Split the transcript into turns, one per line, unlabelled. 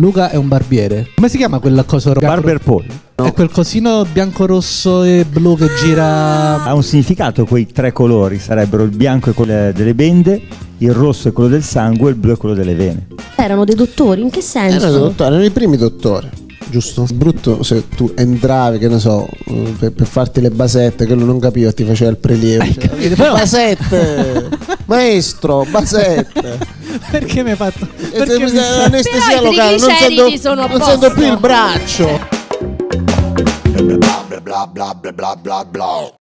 Luca è un barbiere. Come si chiama quella cosa rossa?
Barber Paul.
È quel cosino bianco-rosso e blu che gira.
Ha un significato quei tre colori, sarebbero il bianco è quello delle bende, il rosso è quello del sangue, il blu è quello delle vene.
Erano dei dottori, in che senso?
Erano, dottori, erano i primi dottori, giusto? Brutto se tu entravi, che ne so, eh, per, per farti le basette, quello non capiva, ti faceva il prelievo. Cioè, basette! Maestro, basette!
Perché mi hai fatto.
E se
Perché
mi
mi
dai
sa-
l'anestesia
Però i
Eh, locale, non
trigliceridi
sento,
sono a
non sento
posto.
più il braccio.